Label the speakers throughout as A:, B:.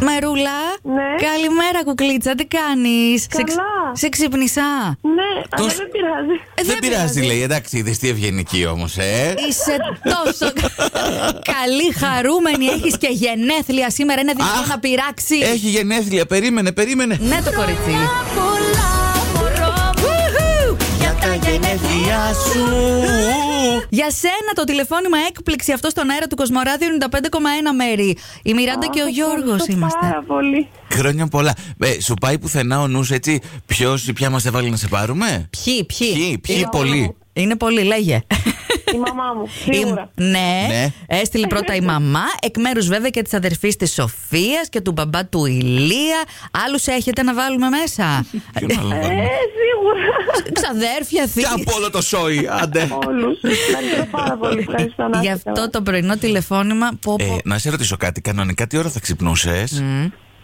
A: Μερούλα.
B: Ναι.
A: Καλημέρα, κουκλίτσα. Τι κάνεις.
B: Καλά.
A: Σε ξυπνησά.
B: Ναι, αλλά
C: Τους-
B: δεν πειράζει.
A: Ε,
C: Δεν πειράζει, λέει. Εντάξει, είδες τι ευγενική όμως, ε.
A: Είσαι τόσο κα- καλή, χαρούμενη. Έχεις και γενέθλια σήμερα. Είναι δυνατόν
C: Αχ,
A: να πειράξει.
C: Έχει γενέθλια, περίμενε, περίμενε.
A: Ναι, το κοριτσί.
C: Για τα γενέθλιά σου.
A: Για σένα το τηλεφώνημα έκπληξη αυτό στον αέρα του Κοσμοράδιου 95,1 μέρη. Η Μιράντα και ο Γιώργο
B: Ευχαριστώ
A: είμαστε.
B: Πάρα πολύ.
C: Χρόνια πολλά. Ε, σου πάει πουθενά ο νους έτσι. Ποιος ή ποια μας έβαλε να σε πάρουμε.
A: Ποιοι,
C: Ποιοι,
A: ποιοι.
C: ποιοι πολλοί.
A: Είναι πολύ, λέγε.
B: Η μαμά μου,
A: Η-
B: σίγουρα.
A: ναι,
C: Ναι.
A: έστειλε πρώτα η μαμά, εκ μέρους βέβαια και της αδερφής της Σοφίας και του μπαμπά του Ηλία. Άλλους έχετε να βάλουμε μέσα.
C: Ποιον άλλο
B: Ε,
C: βάλαμε.
B: σίγουρα.
A: Ξαδέρφια,
C: Και
A: θεία.
C: από όλο το σόι, άντε.
B: Όλους. Ευχαριστώ πάρα πολύ. Ευχαριστώ να
A: Γι'
B: είστε
A: αυτό
B: καλά.
A: το πρωινό τηλεφώνημα. Πω, πω.
C: Ε, να σε ρωτήσω κάτι. Κανονικά τι ώρα θα ξυπνούσες.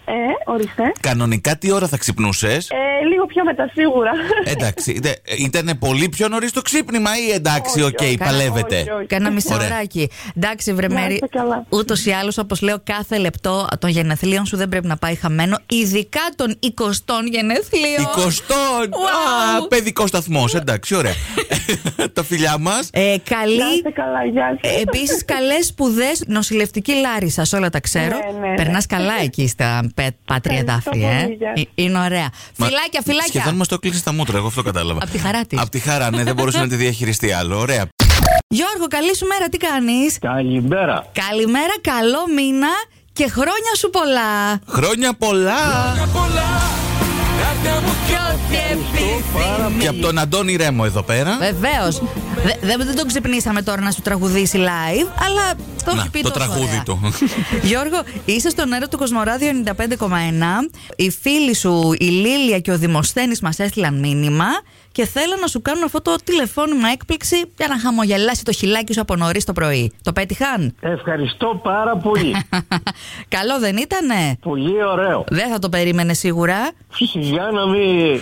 B: Ε, ορίστε.
C: Κανονικά τι ώρα θα ξυπνούσες.
B: Ε, λίγο πιο μετά, σίγουρα.
C: Εντάξει, ήταν πολύ πιο νωρίς το ξύπνημα ή εντάξει,
B: Όχι,
C: οκ,
B: όχι,
C: παλεύετε.
B: όχι, όχι.
A: Κάνα μισή
C: Ε. Ωραία.
A: ωράκι. Εντάξει, βρε
B: Να
A: Μέρη.
B: είστε καλά.
A: Ούτως ή άλλως, όπως λέω, κάθε λεπτό των γενεθλίων σου δεν πρέπει να πάει χαμένο. Ειδικά των 20 γενεθλίων.
C: 20! Α,
A: Wow.
C: παιδικό σταθμός. Εντάξει, ωραία. Τα φιλιά μας.
A: Ε,
B: Να
A: καλή.
B: είστε καλά, γεια σας.
A: Επίσης, καλές σπουδές νοσηλευτική Λάρισα, όλα τα ξέρω.
B: Ναι, ναι, ναι.
A: Περνάς καλά εκεί στα πε- πατρία
B: Ευχαριστώ
A: δάφη, ε.
B: πολύ, γεια.
A: Ε, Είναι ωραία. Φυλάκια, φυλάκια.
C: Σχεδόν μας το κλείσε τα μούτρα, εγώ αυτό κατάλαβα.
A: Απ' τη χαρά της.
C: Απ' τη χαρά, ναι, δεν μπορούσε να τη διαχειριστεί άλλο. Ωραία.
A: Γιώργο, καλή σου μέρα, τι κάνεις.
D: Καλημέρα.
A: Καλημέρα, καλό μήνα και χρόνια σου πολλά.
C: Χρόνια πολλά! Και από τον Αντώνη Ρέμο εδώ πέρα.
A: Βεβαίως. δεν τον ξυπνήσαμε τώρα να σου τραγουδήσει live, αλλά το
C: Να,
A: έχει πει
C: το
A: τόσο
C: τραγούδι
A: ωραία.
C: του.
A: Γιώργο, είσαι στον αέρα του Κοσμοράδιο 95,1. Οι φίλοι σου, η Λίλια και ο Δημοσθένης, μας έστειλαν μήνυμα και θέλω να σου κάνουν αυτό το τηλεφώνημα έκπληξη για να χαμογελάσει το χιλάκι σου από νωρίς το πρωί. Το πέτυχαν.
D: Ευχαριστώ πάρα πολύ.
A: Καλό δεν ήτανε.
D: πολύ ωραίο.
A: Δεν θα το περίμενες σίγουρα.
D: Σιγά να μην.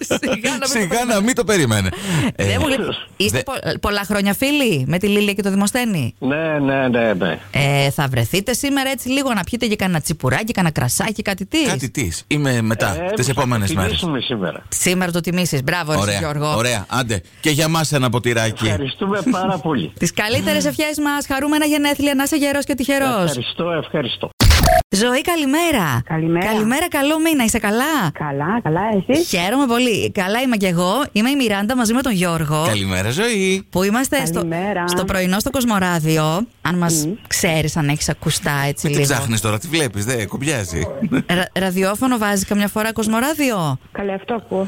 A: Σιγά να μην το
C: Σιγά να μην το περίμενε. Ε,
A: Δεν μου λείπει. Είστε
C: δε-
A: πο- πολλά χρόνια φίλοι με τη Λίλια και το Δημοσθένη.
D: ναι, ναι, ναι, ναι.
A: Ε, θα βρεθείτε σήμερα έτσι λίγο να πιείτε και κανένα τσιπουράκι, κανένα κρασάκι, κάτι τι.
C: Κάτι της. Είμαι μετά, τι επόμενε μέρε.
D: Ευχαριστούμε Ε, σήμερα.
A: Σήμερα το τιμήσεις. Μπράβο, ρε
C: Ωραία,
A: Γιώργο.
C: ωραία. Άντε, και για μας ένα ποτηράκι.
D: Ευχαριστούμε πάρα πολύ.
A: Τις καλύτερες ευχές μας. Χαρούμενα γενέθλια, να είσαι γερός και τυχερός.
D: Ευχαριστώ, ευχαριστώ.
A: Ζωή, καλημέρα.
E: Καλημέρα.
A: Καλημέρα, καλό μήνα. Είσαι καλά.
E: Καλά, καλά, εσύ.
A: Χαίρομαι πολύ. Καλά είμαι κι εγώ. Είμαι η Μιράντα μαζί με τον Γιώργο.
C: Καλημέρα, ζωή.
A: Που είμαστε στο,
E: Καλημέρα.
A: στο πρωινό στο Κοσμοράδιο. Αν μας ξέρεις, αν έχεις ακουστά έτσι
C: Μην την
A: λίγο.
C: ψάχνεις τώρα, τη βλέπεις, δεν κομπιάζει.
A: Ρα- ραδιόφωνο βάζει καμιά φορά Κοσμοράδιο.
E: Καλά, αυτό ακούω.
C: Α,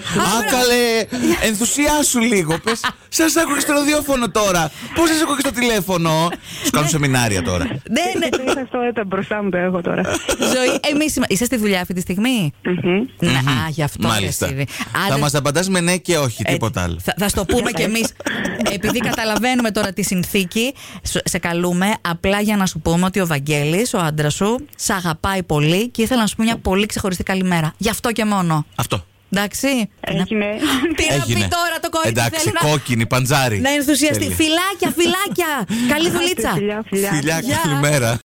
C: καλέ! Ενθουσιάσου λίγο. Πες. Σας άκουγε στο ραδιόφωνο τώρα. Πώς σας άκουγε στο τηλέφωνο. Σου κάνω σεμινάρια τώρα.
A: Ναι, ναι.
E: Είχα στο έτα μπροστά μου το έχω τώρα.
A: Ζωή, εμείς Είσαι στη δουλειά αυτή τη στιγμή.
E: Μμμ.
A: Ναι, α, γι' αυτό.
C: Μάλιστα.
A: εσύ. Άρα-
C: Θα μας απαντάς με ναι και όχι,
A: ε,
C: τίποτα άλλο.
A: Θα, θα στο πούμε κι εμείς. Επειδή καταλαβαίνουμε τώρα τη συνθήκη, σου- σε καλούμε απλά για να σου πούμε ότι ο Βαγγέλης, ο άντρας σου, σε αγαπάει πολύ και ήθελα να σου πούμε μια πολύ ξεχωριστή καλημέρα. Γι' αυτό και μόνο.
C: Αυτό.
A: Εντάξει. Τι να-
E: Έγινε.
A: Τι να πει τώρα το κόρη
C: Εντάξει,
A: θέλει να-
C: κόκκινη, παντζάρι.
A: να ενθουσιαστεί.
C: Τέλεια.
A: Φιλάκια, φιλάκια. Καλή δουλίτσα.
E: Φιλιά, φιλιά.
C: Φιλιά,
A: Γεια.
C: καλημέρα.